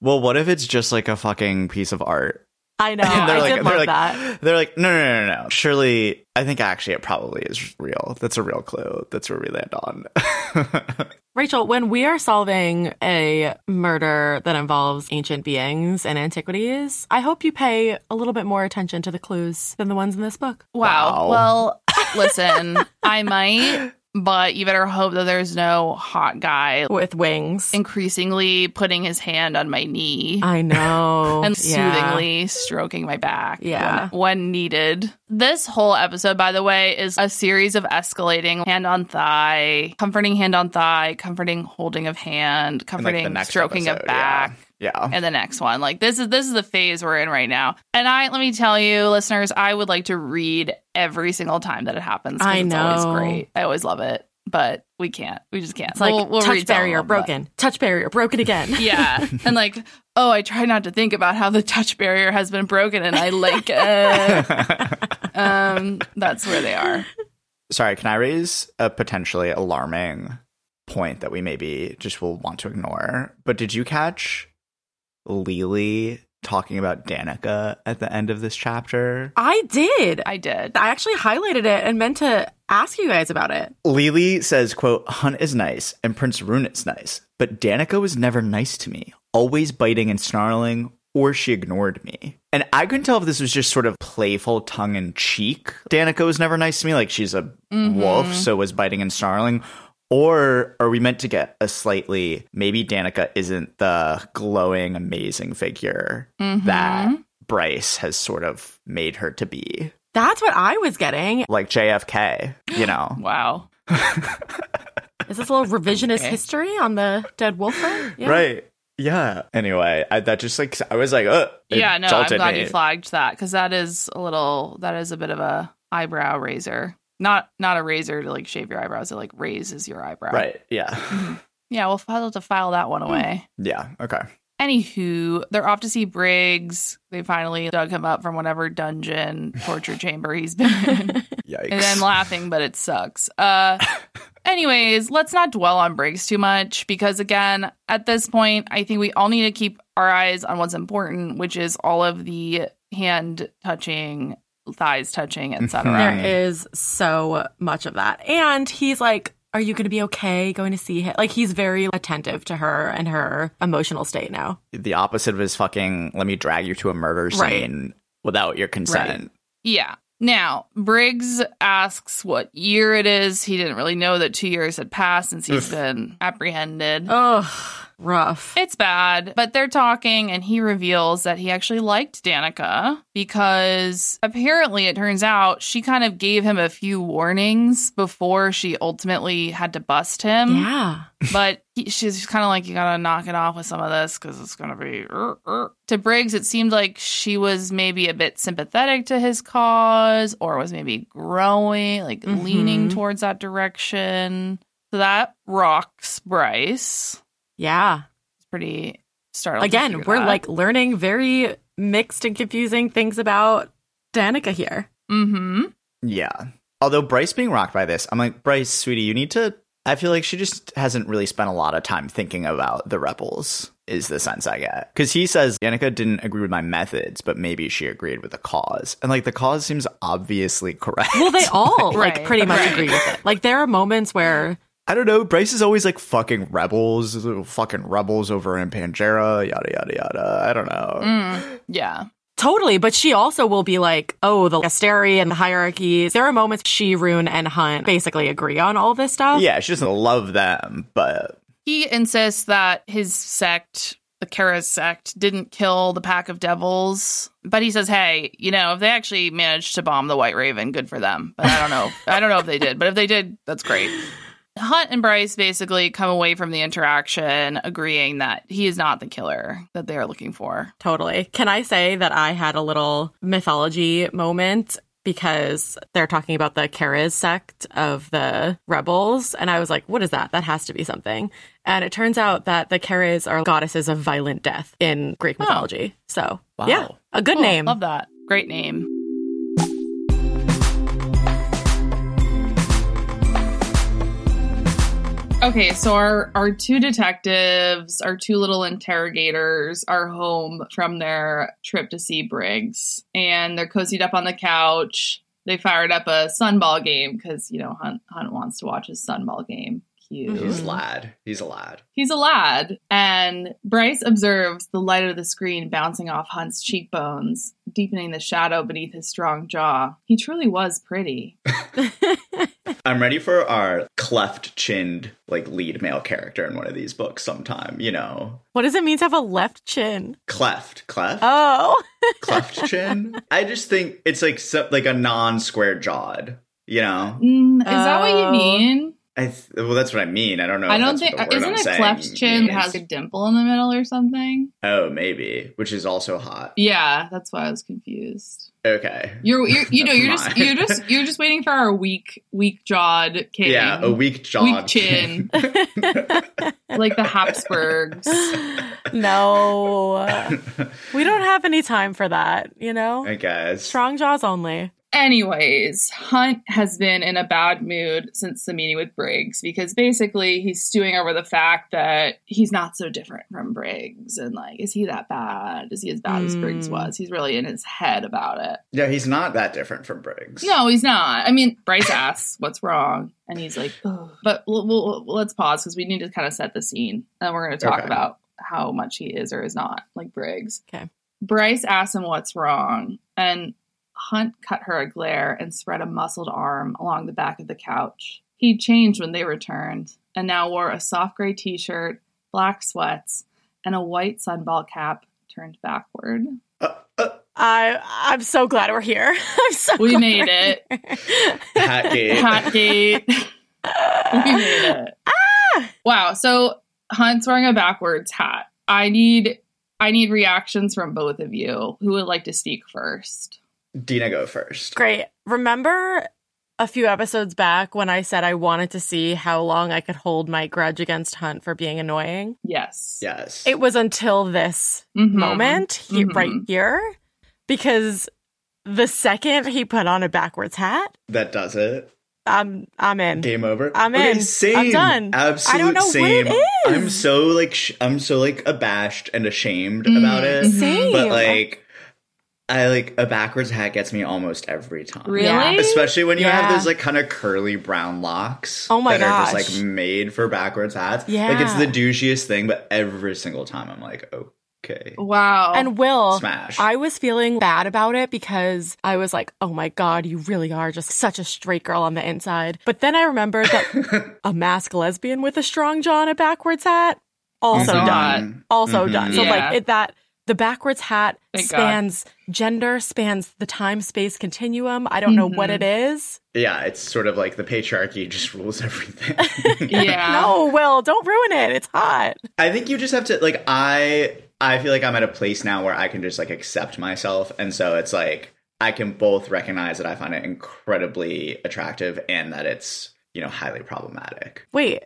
Speaker 2: well, what if it's just like a fucking piece of art?
Speaker 1: I know.
Speaker 3: And
Speaker 1: Oh, I
Speaker 2: like,
Speaker 1: did love
Speaker 2: like,
Speaker 1: that.
Speaker 2: they're like, no, no, no, no, no. Surely, I think actually it probably is real. That's a real clue. That's where we land on.
Speaker 1: Rachel, when we are solving a murder that involves ancient beings and antiquities, I hope you pay a little bit more attention to the clues than the ones in this book.
Speaker 3: Wow.
Speaker 2: Wow.
Speaker 3: Well, listen, I might, but you better hope that there's no hot guy
Speaker 1: With wings.
Speaker 3: increasingly putting his hand on my knee
Speaker 1: I know.
Speaker 3: and
Speaker 1: Oh, Yeah.
Speaker 3: soothingly stroking my back
Speaker 1: Yeah.
Speaker 3: when, when needed. This whole episode, by the way, is a series of escalating hand on thigh, comforting hand on thigh, comforting holding of hand,
Speaker 2: And, like,
Speaker 3: comforting
Speaker 2: the next
Speaker 3: stroking
Speaker 2: episode,
Speaker 3: of back.
Speaker 2: Yeah. yeah.
Speaker 3: And the next one, like this is this is the phase we're in right now. And I let me tell you, listeners, I would like to read every single time that it happens. 'cause
Speaker 1: I
Speaker 3: it's always
Speaker 1: know.
Speaker 3: great. I always love it, but we can't. We just can't.
Speaker 1: It's like
Speaker 3: We'll- we'll
Speaker 1: touch
Speaker 3: read some of
Speaker 1: barrier
Speaker 3: them, but-
Speaker 1: broken, touch barrier broken again.
Speaker 3: yeah. And like, oh, I try not to think about how the touch barrier has been broken and I like it. um, that's where they are.
Speaker 2: Sorry, can I raise a potentially alarming point that we maybe just will want to ignore? But did you catch Lily talking about Danica at the end of this chapter?
Speaker 1: I did.
Speaker 3: I did.
Speaker 1: I actually highlighted it and meant to ask you guys about it.
Speaker 2: Lily says, quote, Hunt is nice and Prince Runet's nice, but Danica was never nice to me, always biting and snarling, or she ignored me. And I couldn't tell if this was just sort of playful tongue in cheek. Danica was never nice to me, like she's a wolf, so was biting and snarling. Or are we meant to get a slightly maybe Danica isn't the glowing, amazing figure
Speaker 3: Mm-hmm.
Speaker 2: that Bryce has sort of made her to be?
Speaker 1: That's what I was getting.
Speaker 2: Like JFK, you know?
Speaker 3: Wow.
Speaker 1: Is this a little revisionist
Speaker 3: Okay.
Speaker 1: history on the dead wolf? thing? Yeah.
Speaker 2: Right. Yeah. Anyway, I, that just like I was like, oh,
Speaker 3: Yeah, no, I'm glad you flagged that because that is a little, that is a bit of a eyebrow razor. Not not a razor to like shave your eyebrows. It like raises your eyebrow.
Speaker 2: Right. Hmm. Yeah.
Speaker 3: Yeah. We'll have to file that one away.
Speaker 2: Yeah. Okay.
Speaker 3: Anywho, they're off to see Briggs. They finally dug him up from whatever dungeon torture chamber he's been in.
Speaker 2: Yikes.
Speaker 3: and I'm laughing, but it sucks. Uh, anyways, let's not dwell on breaks too much because, again, at this point, I think we all need to keep our eyes on what's important, which is all of the hand touching, thighs touching, etc.
Speaker 2: Mhm.
Speaker 1: There is so much of that. And he's like, Are you going to be okay going to see him? Like, he's very attentive to her and her emotional state now.
Speaker 2: the opposite of his fucking let me drag you to a murder
Speaker 1: Right.
Speaker 2: scene without your consent.
Speaker 3: yeah. Now, Briggs asks what year it is. He didn't really know that two years had passed since he's
Speaker 2: Oof.
Speaker 3: been apprehended.
Speaker 1: Ugh, rough.
Speaker 3: It's bad, but they're talking, and he reveals that he actually liked Danica because apparently it turns out she kind of gave him a few warnings before she ultimately had to bust him.
Speaker 1: yeah.
Speaker 3: But he, she's kind of like, you gotta knock it off with some of this because it's gonna be. er, er." To Briggs, it seemed like she was maybe a bit sympathetic to his cause or was maybe growing, like
Speaker 1: Mhm.
Speaker 3: leaning towards that direction. So that rocks Bryce
Speaker 1: Yeah.
Speaker 3: pretty startled. to
Speaker 1: Again,
Speaker 3: hear
Speaker 1: we're
Speaker 3: that.
Speaker 1: like learning very mixed and confusing things about Danica here. mm-hmm.
Speaker 3: Mhm.
Speaker 2: Yeah. Although Bryce being rocked by this, I'm like, Bryce, sweetie, you need to. I feel like she just hasn't really spent a lot of time thinking about the rebels, is the sense I get. Because he says, Danica didn't agree with my methods, but maybe she agreed with the cause. And like, the cause seems obviously correct.
Speaker 1: Well, they all like
Speaker 3: Right,
Speaker 1: pretty much
Speaker 3: right.
Speaker 1: agree with it. Like, there are moments where
Speaker 2: I don't know. Bryce is always like fucking rebels, fucking rebels over in Pangera, yada, yada, yada. I don't know.
Speaker 3: Mm. Yeah.
Speaker 1: Totally, but she also will be like, oh, the Asteri and the hierarchies. There are moments she, Rune, and Hunt basically agree on all this stuff.
Speaker 2: Yeah, she doesn't love them, but
Speaker 3: He insists that his sect, the Kara sect, didn't kill the pack of devils. But he says, hey, you know, if they actually managed to bomb the White Raven, good for them. But I don't know. I don't know if they did. But if they did, that's great. Hunt and Bryce basically come away from the interaction agreeing that he is not the killer that they are looking for.
Speaker 1: Totally. Can I say that I had a little mythology moment because they're talking about the Kara's sect of the rebels? And I was like, what is that? That has to be something. And it turns out that the Kara's are goddesses of violent death in Greek mythology. So,
Speaker 2: Oh. Wow.
Speaker 1: yeah, a good
Speaker 3: Cool.
Speaker 1: name.
Speaker 3: Love that. Great name. Okay, so our, our two detectives, our two little interrogators, are home from their trip to see Briggs, and they're cozied up on the couch. They fired up a sunball game because you know Hunt Hunt wants to watch his sunball game. Cute.
Speaker 1: Mhm. He's a
Speaker 2: lad. He's a lad.
Speaker 3: He's a lad, and Bryce observes the light of the screen bouncing off Hunt's cheekbones, deepening the shadow beneath his strong jaw. He truly was pretty.
Speaker 2: I'm ready for our cleft chinned, like lead male character in one of these books sometime, you know.
Speaker 1: What does it mean to have a left chin?
Speaker 2: Cleft, cleft,
Speaker 1: Oh,
Speaker 2: cleft chin. I just think it's like so, like a non square jawed, you know.
Speaker 3: Mm, is that what you
Speaker 1: Oh.
Speaker 3: mean?
Speaker 2: I th- well, that's what I mean. I don't know.
Speaker 3: I
Speaker 2: if
Speaker 3: don't
Speaker 2: Oh, that's what
Speaker 3: think.
Speaker 2: the word
Speaker 3: Isn't
Speaker 2: I'm
Speaker 3: a
Speaker 2: saying
Speaker 3: cleft chin
Speaker 2: means.
Speaker 3: has a dimple in the middle or something?
Speaker 2: Oh, maybe, which is also hot.
Speaker 3: Yeah, that's why I was confused.
Speaker 2: Okay.
Speaker 3: You're, you're you know,
Speaker 2: That's mine.
Speaker 3: you're just, you're just, you're just waiting for our weak, weak jawed king.
Speaker 2: Yeah, a weak jawed
Speaker 3: Weak chin. like the Habsburgs.
Speaker 1: no.
Speaker 2: I
Speaker 1: We don't have any time for that, you know?
Speaker 2: guess.
Speaker 1: Strong jaws only.
Speaker 3: Anyways, Hunt has been in a bad mood since the meeting with Briggs because basically he's stewing over the fact that he's not so different from Briggs and like, is he that bad? Is he as bad as Briggs
Speaker 1: Mm.
Speaker 3: was? He's really in his head about it.
Speaker 2: Yeah, he's not that different from Briggs.
Speaker 3: No, he's not. I mean, Bryce asks what's wrong, and he's like, "Ugh." but we'll, we'll, we'll- let's pause because we need to kind of set the scene, and we're going to talk
Speaker 2: Okay.
Speaker 3: about how much he is or is not like Briggs.
Speaker 1: Okay.
Speaker 3: Bryce asks him what's wrong, and Hunt cut her a glare and spread a muscled arm along the back of the couch. He changed when they returned, and now wore a soft gray T-shirt, black sweats, and a white sunball cap turned backward.
Speaker 2: Uh, uh,
Speaker 1: I I'm so glad we're here. I'm so
Speaker 3: We
Speaker 1: glad
Speaker 3: made it.
Speaker 1: it.
Speaker 2: Hatgate.
Speaker 3: Hotgate. we made it. Wow. So Hunt's wearing a backwards hat. I need I need reactions from both of you. Who would like to speak first?
Speaker 2: Dina, go first.
Speaker 1: Great. Remember a few episodes back when I said I wanted to see how long I could hold my grudge against Hunt for being annoying.
Speaker 3: Yes.
Speaker 2: Yes.
Speaker 1: It was until this
Speaker 3: Mhm.
Speaker 1: moment he,
Speaker 3: Mhm.
Speaker 1: right here because the second he put on a backwards hat,
Speaker 2: that does it.
Speaker 1: I'm I'm in.
Speaker 2: Game over.
Speaker 1: I'm in.
Speaker 2: Okay, same.
Speaker 1: I'm done.
Speaker 2: Absolute
Speaker 1: I don't know what
Speaker 2: same.
Speaker 1: it is. Mm-hmm.
Speaker 2: I'm so like sh- I'm so like abashed and ashamed
Speaker 3: Mm.
Speaker 2: about it.
Speaker 1: Same.
Speaker 2: But like I like a backwards hat gets me almost every time.
Speaker 3: Really?
Speaker 1: Yeah.
Speaker 2: Especially when you have
Speaker 1: Yeah.
Speaker 2: those like kind of curly brown locks
Speaker 1: Oh my
Speaker 2: that are
Speaker 1: gosh.
Speaker 2: just like made for backwards hats. Like it's
Speaker 1: Yeah.
Speaker 2: the douchiest thing, but every single time I'm like, okay.
Speaker 3: Wow.
Speaker 1: and Will,
Speaker 2: Smash.
Speaker 1: I was feeling bad about it because I was like, oh my God, you really are just such a straight girl on the inside. But then I remembered that a masked lesbian with a strong jaw and a backwards hat, also
Speaker 2: Mm-hmm.
Speaker 3: Also
Speaker 1: done.
Speaker 3: not.
Speaker 1: Also
Speaker 2: Mhm.
Speaker 1: done. So,
Speaker 3: Yeah.
Speaker 1: like, it, that the backwards hat
Speaker 3: Thank God.
Speaker 1: spans gender, spans the time space continuum. I don't know what
Speaker 3: Mhm.
Speaker 2: Mm-hmm.
Speaker 1: it is.
Speaker 2: Yeah, it's sort of like the patriarchy just rules everything.
Speaker 3: yeah.
Speaker 1: No, Will, don't ruin it. It's hot.
Speaker 2: I think you just have to like I I feel like I'm at a place now where I can just like accept myself and so it's like I can both recognize that I find it incredibly attractive and that it's, you know, highly problematic.
Speaker 1: Wait,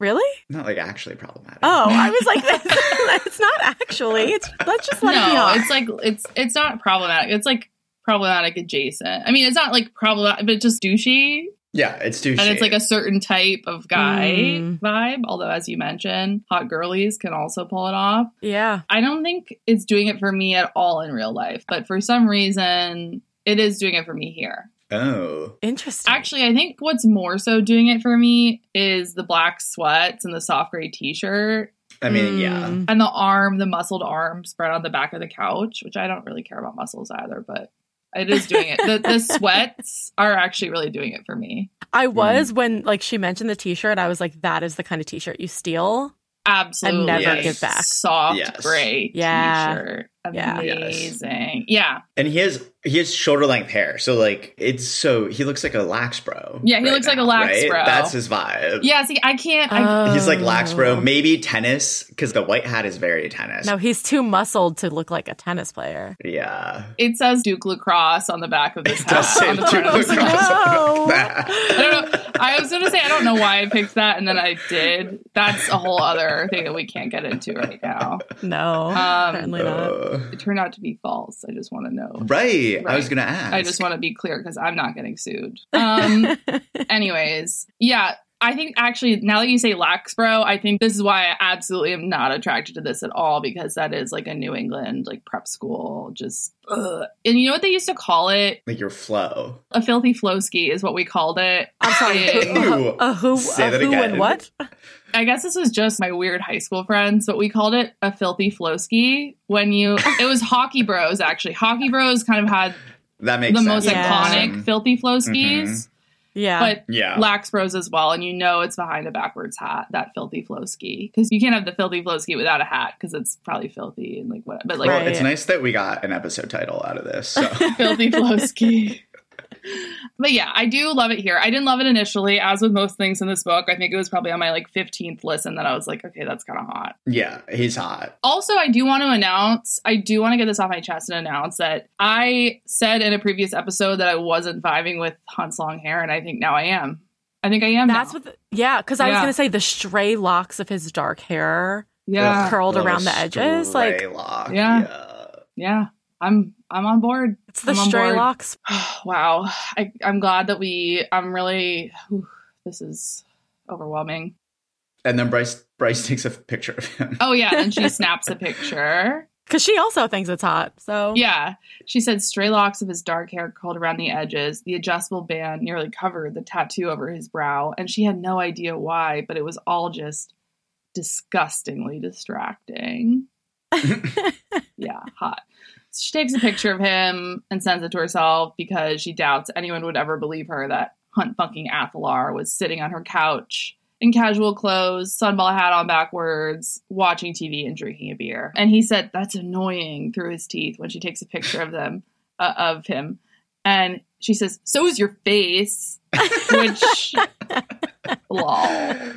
Speaker 1: really?
Speaker 2: Not like actually problematic.
Speaker 1: Oh, I was like, that's, it's not actually. It's let's just let it be
Speaker 3: no,
Speaker 1: hot.
Speaker 3: it's like it's it's not problematic. It's like problematic adjacent. I mean, it's not like problematic, but just douchey,
Speaker 2: Yeah, it's douchey.
Speaker 3: and it's like a certain type of guy
Speaker 1: Mm.
Speaker 3: vibe. Although, as you mentioned, hot girlies can also pull it off.
Speaker 1: Yeah.
Speaker 3: I don't think it's doing it for me at all in real life, but for some reason, it is doing it for me here.
Speaker 2: Oh.
Speaker 1: Interesting.
Speaker 3: Actually, I think what's more so doing it for me is the black sweats and the soft gray t-shirt
Speaker 2: I mean, yeah.
Speaker 1: Mm.
Speaker 3: and the arm, the muscled arm spread on the back of the couch, which I don't really care about muscles either, but it is doing it. The, the sweats are actually really doing it for me.
Speaker 1: I was when like she mentioned the t-shirt, I was like, that is the kind of t-shirt you steal.
Speaker 3: Absolutely.
Speaker 1: And never
Speaker 2: give
Speaker 1: back.
Speaker 3: Soft
Speaker 2: Yes.
Speaker 3: gray
Speaker 1: Yeah.
Speaker 3: t-shirt.
Speaker 1: Yeah.
Speaker 3: Amazing. Yeah.
Speaker 2: And he has he has shoulder length hair. So like it's so he looks like a lax bro.
Speaker 3: Yeah, he looks like a lax bro.
Speaker 2: That's his vibe.
Speaker 3: Yeah, see, I can't. I,
Speaker 2: He's like
Speaker 1: Oh.
Speaker 2: lax bro, maybe tennis cuz the white hat is very tennis.
Speaker 1: No, he's too muscled to look like a tennis player.
Speaker 2: Yeah.
Speaker 3: it says Duke Lacrosse on the back of this
Speaker 2: It does
Speaker 3: house.
Speaker 2: say
Speaker 3: on the front
Speaker 2: Duke
Speaker 3: of this
Speaker 2: Lacrosse.
Speaker 3: house.
Speaker 1: No.
Speaker 3: I don't know. I was going to say, I don't know why I picked that, and then I did. That's a whole other thing that we can't get into right now.
Speaker 1: No,
Speaker 3: Um,
Speaker 1: certainly not.
Speaker 2: Uh,
Speaker 3: It turned out to be false. I just want to know.
Speaker 2: Right. I was
Speaker 3: Right.
Speaker 2: gonna ask.
Speaker 3: I just want to be clear because I'm not getting sued. Um, anyways, yeah, I think actually now that you say Laxbro, I think this is why I absolutely am not attracted to this at all because that is like a New England like prep school. Just ugh. and you know what they used to call it?
Speaker 2: like your flow.
Speaker 3: A filthy flowski is what we called it.
Speaker 1: I'm sorry.
Speaker 3: in-
Speaker 1: who-
Speaker 2: Ooh.
Speaker 1: A who,
Speaker 2: Say
Speaker 1: a
Speaker 2: that
Speaker 1: who
Speaker 2: again.
Speaker 1: and what?
Speaker 3: I guess this was just my weird high school friends, but we called it a filthy flowski when you. It was hockey bros actually. Hockey bros kind of had
Speaker 2: That makes
Speaker 3: the
Speaker 2: sense.
Speaker 3: most
Speaker 1: Yeah.
Speaker 3: iconic filthy flowskis.
Speaker 2: Mhm.
Speaker 1: Yeah.
Speaker 3: But
Speaker 2: Yeah.
Speaker 3: lax bros as well and you know it's behind a backwards hat that filthy flow ski because you can't have the filthy flow ski without a hat because it's probably filthy and like what but like
Speaker 2: well,
Speaker 1: Right.
Speaker 2: it's nice that we got an episode title out of this. So.
Speaker 3: filthy flow ski but yeah i do love it here i didn't love it initially as with most things in this book i think it was probably on my like 15th listen that i was like okay that's kind of hot
Speaker 2: yeah, he's hot.
Speaker 3: Also, I do want to announce, I do want to get this off my chest and announce that I said in a previous episode that I wasn't vibing with Hunt's long hair, and I think now I am. I think I am.
Speaker 1: That's
Speaker 3: now.
Speaker 1: what, the, yeah, because I was
Speaker 3: Yeah.
Speaker 1: going to say the stray locks of his dark hair.
Speaker 3: yeah.
Speaker 2: Ugh,
Speaker 1: Curled
Speaker 2: little
Speaker 1: around the edges,
Speaker 2: stray
Speaker 1: like-
Speaker 2: lock,
Speaker 3: Yeah. yeah i'm i'm on board
Speaker 1: It's the
Speaker 3: I'm on
Speaker 1: stray
Speaker 3: board.
Speaker 1: locks.
Speaker 3: wow I, i'm glad that we i'm really whew, this is overwhelming
Speaker 2: And then Bryce Bryce takes a picture of him.
Speaker 3: oh yeah and she snaps a picture
Speaker 1: Because she also thinks it's hot. So,
Speaker 3: yeah she said stray locks of his dark hair curled around the edges the adjustable band nearly covered the tattoo over his brow and she had no idea why but it was all just disgustingly distracting yeah, hot. She takes a picture of him and sends it to herself because she doubts anyone would ever believe her that Hunt fucking Athalar was sitting on her couch in casual clothes, sunball hat on backwards, watching TV and drinking a beer. And he said, That's annoying through his teeth when she takes a picture of them, uh, of him. And she says, So is your face, which, lol. Oh.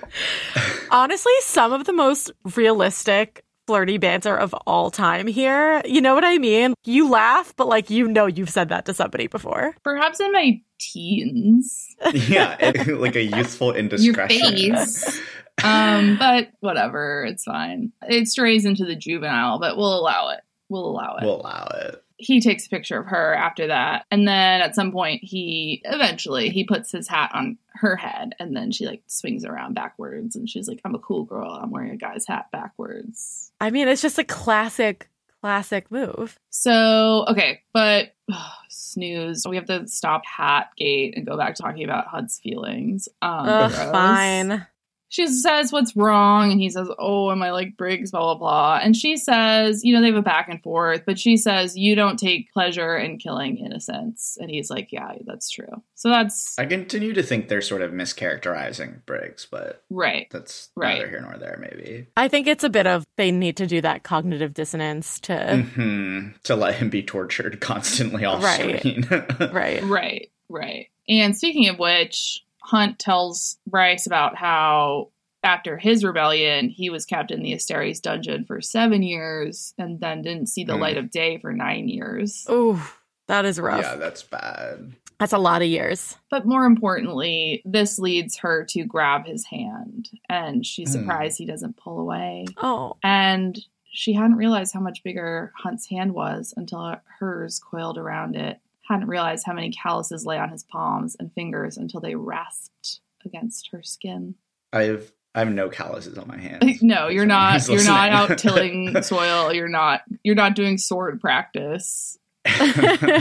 Speaker 1: honestly, some of the most realistic flirty banter of all time here. You know what I mean? You laugh, but like you know you've said that to somebody before.
Speaker 3: Perhaps in my teens,
Speaker 2: yeah, it- like a youthful
Speaker 3: your
Speaker 2: indiscretion.
Speaker 3: face. um, but whatever, it's fine. It strays into the juvenile, but we'll allow it. We'll allow it.
Speaker 2: We'll allow it.
Speaker 3: he takes a picture of her after that and then at some point he eventually he puts his hat on her head and then she like swings around backwards and she's like i'm a cool girl i'm wearing a guy's hat backwards
Speaker 1: I mean, it's just a classic, classic move.
Speaker 3: so okay but ugh, snooze we have to stop hat gate and go back to talking about hud's feelings um
Speaker 1: Ugh,
Speaker 3: gross.
Speaker 1: fine.
Speaker 3: she says what's wrong and he says oh am i like briggs blah blah blah and she says you know they have a back and forth but she says you don't take pleasure in killing innocents and he's like yeah that's true so that's
Speaker 2: I continue to think they're sort of mischaracterizing Briggs, but
Speaker 3: right
Speaker 2: that's
Speaker 3: Right.
Speaker 2: neither here nor there, maybe.
Speaker 1: I think it's a bit of they need to do that cognitive dissonance to
Speaker 2: hmm To let him be tortured constantly off
Speaker 1: Right.
Speaker 2: screen.
Speaker 1: right.
Speaker 3: right right and speaking of which hunt tells bryce about how after his rebellion he was kept in the asteri's dungeon for seven years and then didn't see the
Speaker 2: Hmm.
Speaker 3: light of day for nine years
Speaker 1: Ooh, that is rough.
Speaker 2: yeah, that's bad.
Speaker 1: That's a lot of years.
Speaker 3: But more importantly, this leads her to grab his hand, and she's
Speaker 2: Hmm.
Speaker 3: surprised he doesn't pull away.
Speaker 1: Oh,
Speaker 3: And she hadn't realized how much bigger Hunt's hand was until hers coiled around it. Hadn't realized how many calluses lay on his palms and fingers until they rasped against her skin.
Speaker 2: I've I have no calluses on my hands.
Speaker 3: Like, no, you're not.
Speaker 2: Someone's
Speaker 3: You're not
Speaker 2: listening.
Speaker 3: out tilling soil. You're not. You're not doing sword practice.
Speaker 1: and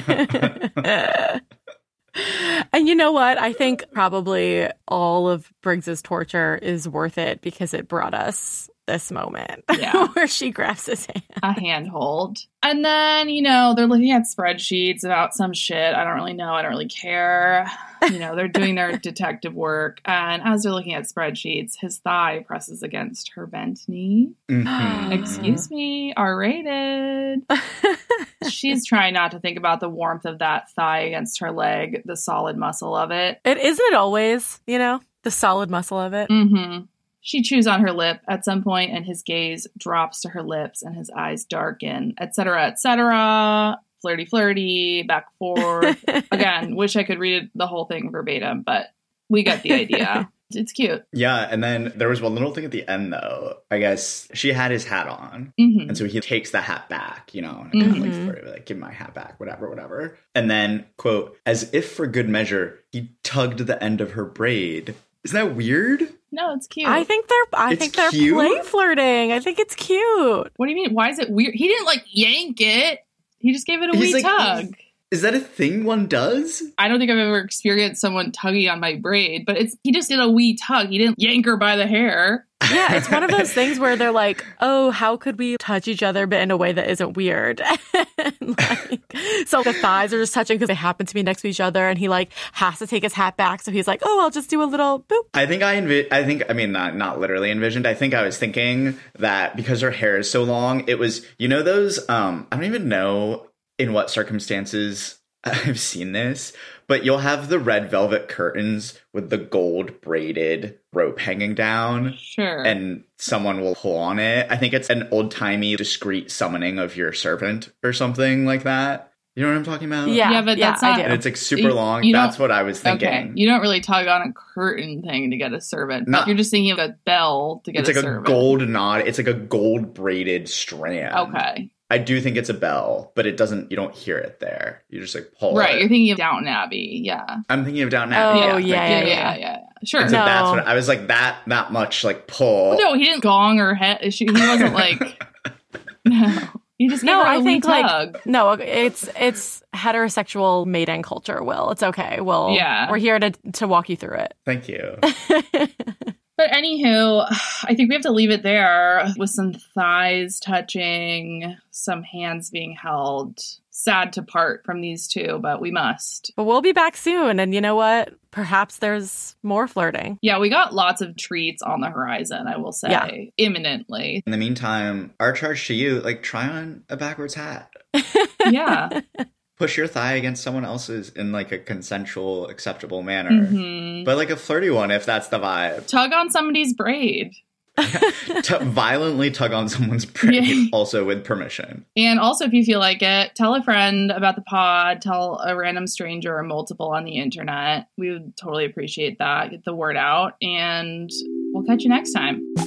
Speaker 1: you know what? I think probably all of Briggs's torture is worth it because it brought us this moment
Speaker 3: Yeah.
Speaker 1: where she grabs his hand.
Speaker 3: a handhold. And then, you know, they're looking at spreadsheets about some shit. I don't really know. I don't really care. You know, they're doing their detective work. And as they're looking at spreadsheets, his thigh presses against her bent knee.
Speaker 2: Mhm.
Speaker 3: Excuse me, R rated. She's trying not to think about the warmth of that thigh against her leg, the solid muscle of it.
Speaker 1: It isn't it always, you know, the solid muscle of it.
Speaker 3: Mm-hmm. She chews on her lip at some point, and his gaze drops to her lips, and his eyes darken, etc., etc. Flirty, flirty, back forth. Again, wish I could read it, the whole thing verbatim, but we got the idea. it's cute.
Speaker 2: Yeah, and then there was one little thing at the end though. I guess she had his hat on.
Speaker 3: hmm
Speaker 2: And so he takes the hat back, you know, and kind of like,
Speaker 1: Mhm.
Speaker 2: flirty, like, give my hat back, whatever, whatever. And then, quote, as if for good measure, he tugged the end of her braid. Isn't that weird?
Speaker 3: No, it's cute.
Speaker 1: I think they're I
Speaker 2: It's
Speaker 1: think they're
Speaker 2: cute?
Speaker 1: play flirting. I think it's cute.
Speaker 3: what do you mean? Why is it weird? He didn't like yank it. He just gave it a
Speaker 2: He's
Speaker 3: wee
Speaker 2: like-
Speaker 3: tug.
Speaker 2: Is that a thing one does?
Speaker 3: I don't think I've ever experienced someone tugging on my braid, but it's he just did a wee tug. He didn't yank her by the hair.
Speaker 1: Yeah, it's one of those things where they're like, "Oh, how could we touch each other but in a way that isn't weird?" And, like, so the thighs are just touching because they happen to be next to each other, and he like has to take his hat back, so he's like, "Oh, I'll just do a little boop."
Speaker 2: I think I envi- I think I mean not not literally envisioned. I think I was thinking that because her hair is so long, it was you know those um I don't even know in what circumstances I've seen this, but you'll have the red velvet curtains with the gold braided rope hanging down
Speaker 3: Sure.
Speaker 2: and someone will pull on it. I think it's an old-timey discreet summoning of your servant or something like that. You know what I'm talking about?
Speaker 1: Yeah,
Speaker 3: Yeah, but that's
Speaker 1: I
Speaker 3: not-
Speaker 1: do.
Speaker 2: And it's like super
Speaker 3: You-
Speaker 2: long.
Speaker 3: you
Speaker 2: That's
Speaker 3: don't-
Speaker 2: what I was thinking.
Speaker 3: Okay, you don't really tug on a curtain thing to get a servant.
Speaker 2: No.
Speaker 3: but You're just thinking of a bell to get
Speaker 2: it's
Speaker 3: a
Speaker 2: like
Speaker 3: servant.
Speaker 2: a gold knot. It's like a gold braided strand.
Speaker 3: Okay,
Speaker 2: I do think it's a bell, but it doesn't. You don't hear it there. You just like pull.
Speaker 3: right.
Speaker 2: it.
Speaker 3: You're thinking of Downton Abbey. Yeah.
Speaker 2: I'm thinking of Down Abbey.
Speaker 1: Oh yeah,
Speaker 2: thank
Speaker 1: yeah,
Speaker 3: Yeah,
Speaker 1: yeah.
Speaker 2: you.
Speaker 3: yeah, yeah. yeah. Sure.
Speaker 2: And so
Speaker 1: No.
Speaker 2: that's what I was like. That that much like pull.
Speaker 3: Well, no, he didn't gong her head. She, he wasn't like. no, he just gave
Speaker 1: No,
Speaker 3: her a
Speaker 1: I
Speaker 3: wee
Speaker 1: think, like,
Speaker 3: tug.
Speaker 1: No, it's it's heterosexual maiden culture. Will it's okay? Will
Speaker 3: Yeah.
Speaker 1: we're here to to walk you through it.
Speaker 2: Thank you.
Speaker 3: But anywho, I think we have to leave it there with some thighs touching, some hands being held. Sad to part from these two, but we must.
Speaker 1: but we'll be back soon, and you know what? Perhaps there's more flirting.
Speaker 3: Yeah, we got lots of treats on the horizon, I will say,
Speaker 1: Yeah.
Speaker 3: imminently.
Speaker 2: In the meantime, our charge to you: like try on a backwards hat.
Speaker 3: Yeah.
Speaker 2: Push your thigh against someone else's in like a consensual, acceptable manner,
Speaker 3: Mhm.
Speaker 2: but like a flirty one if that's the vibe.
Speaker 3: Tug on somebody's braid.
Speaker 2: tu- violently tug on someone's braid,
Speaker 3: Yeah.
Speaker 2: also with permission.
Speaker 3: And also, if you feel like it, tell a friend about the pod, tell a random stranger or multiple on the internet. We would totally appreciate that. Get the word out, and we'll catch you next time.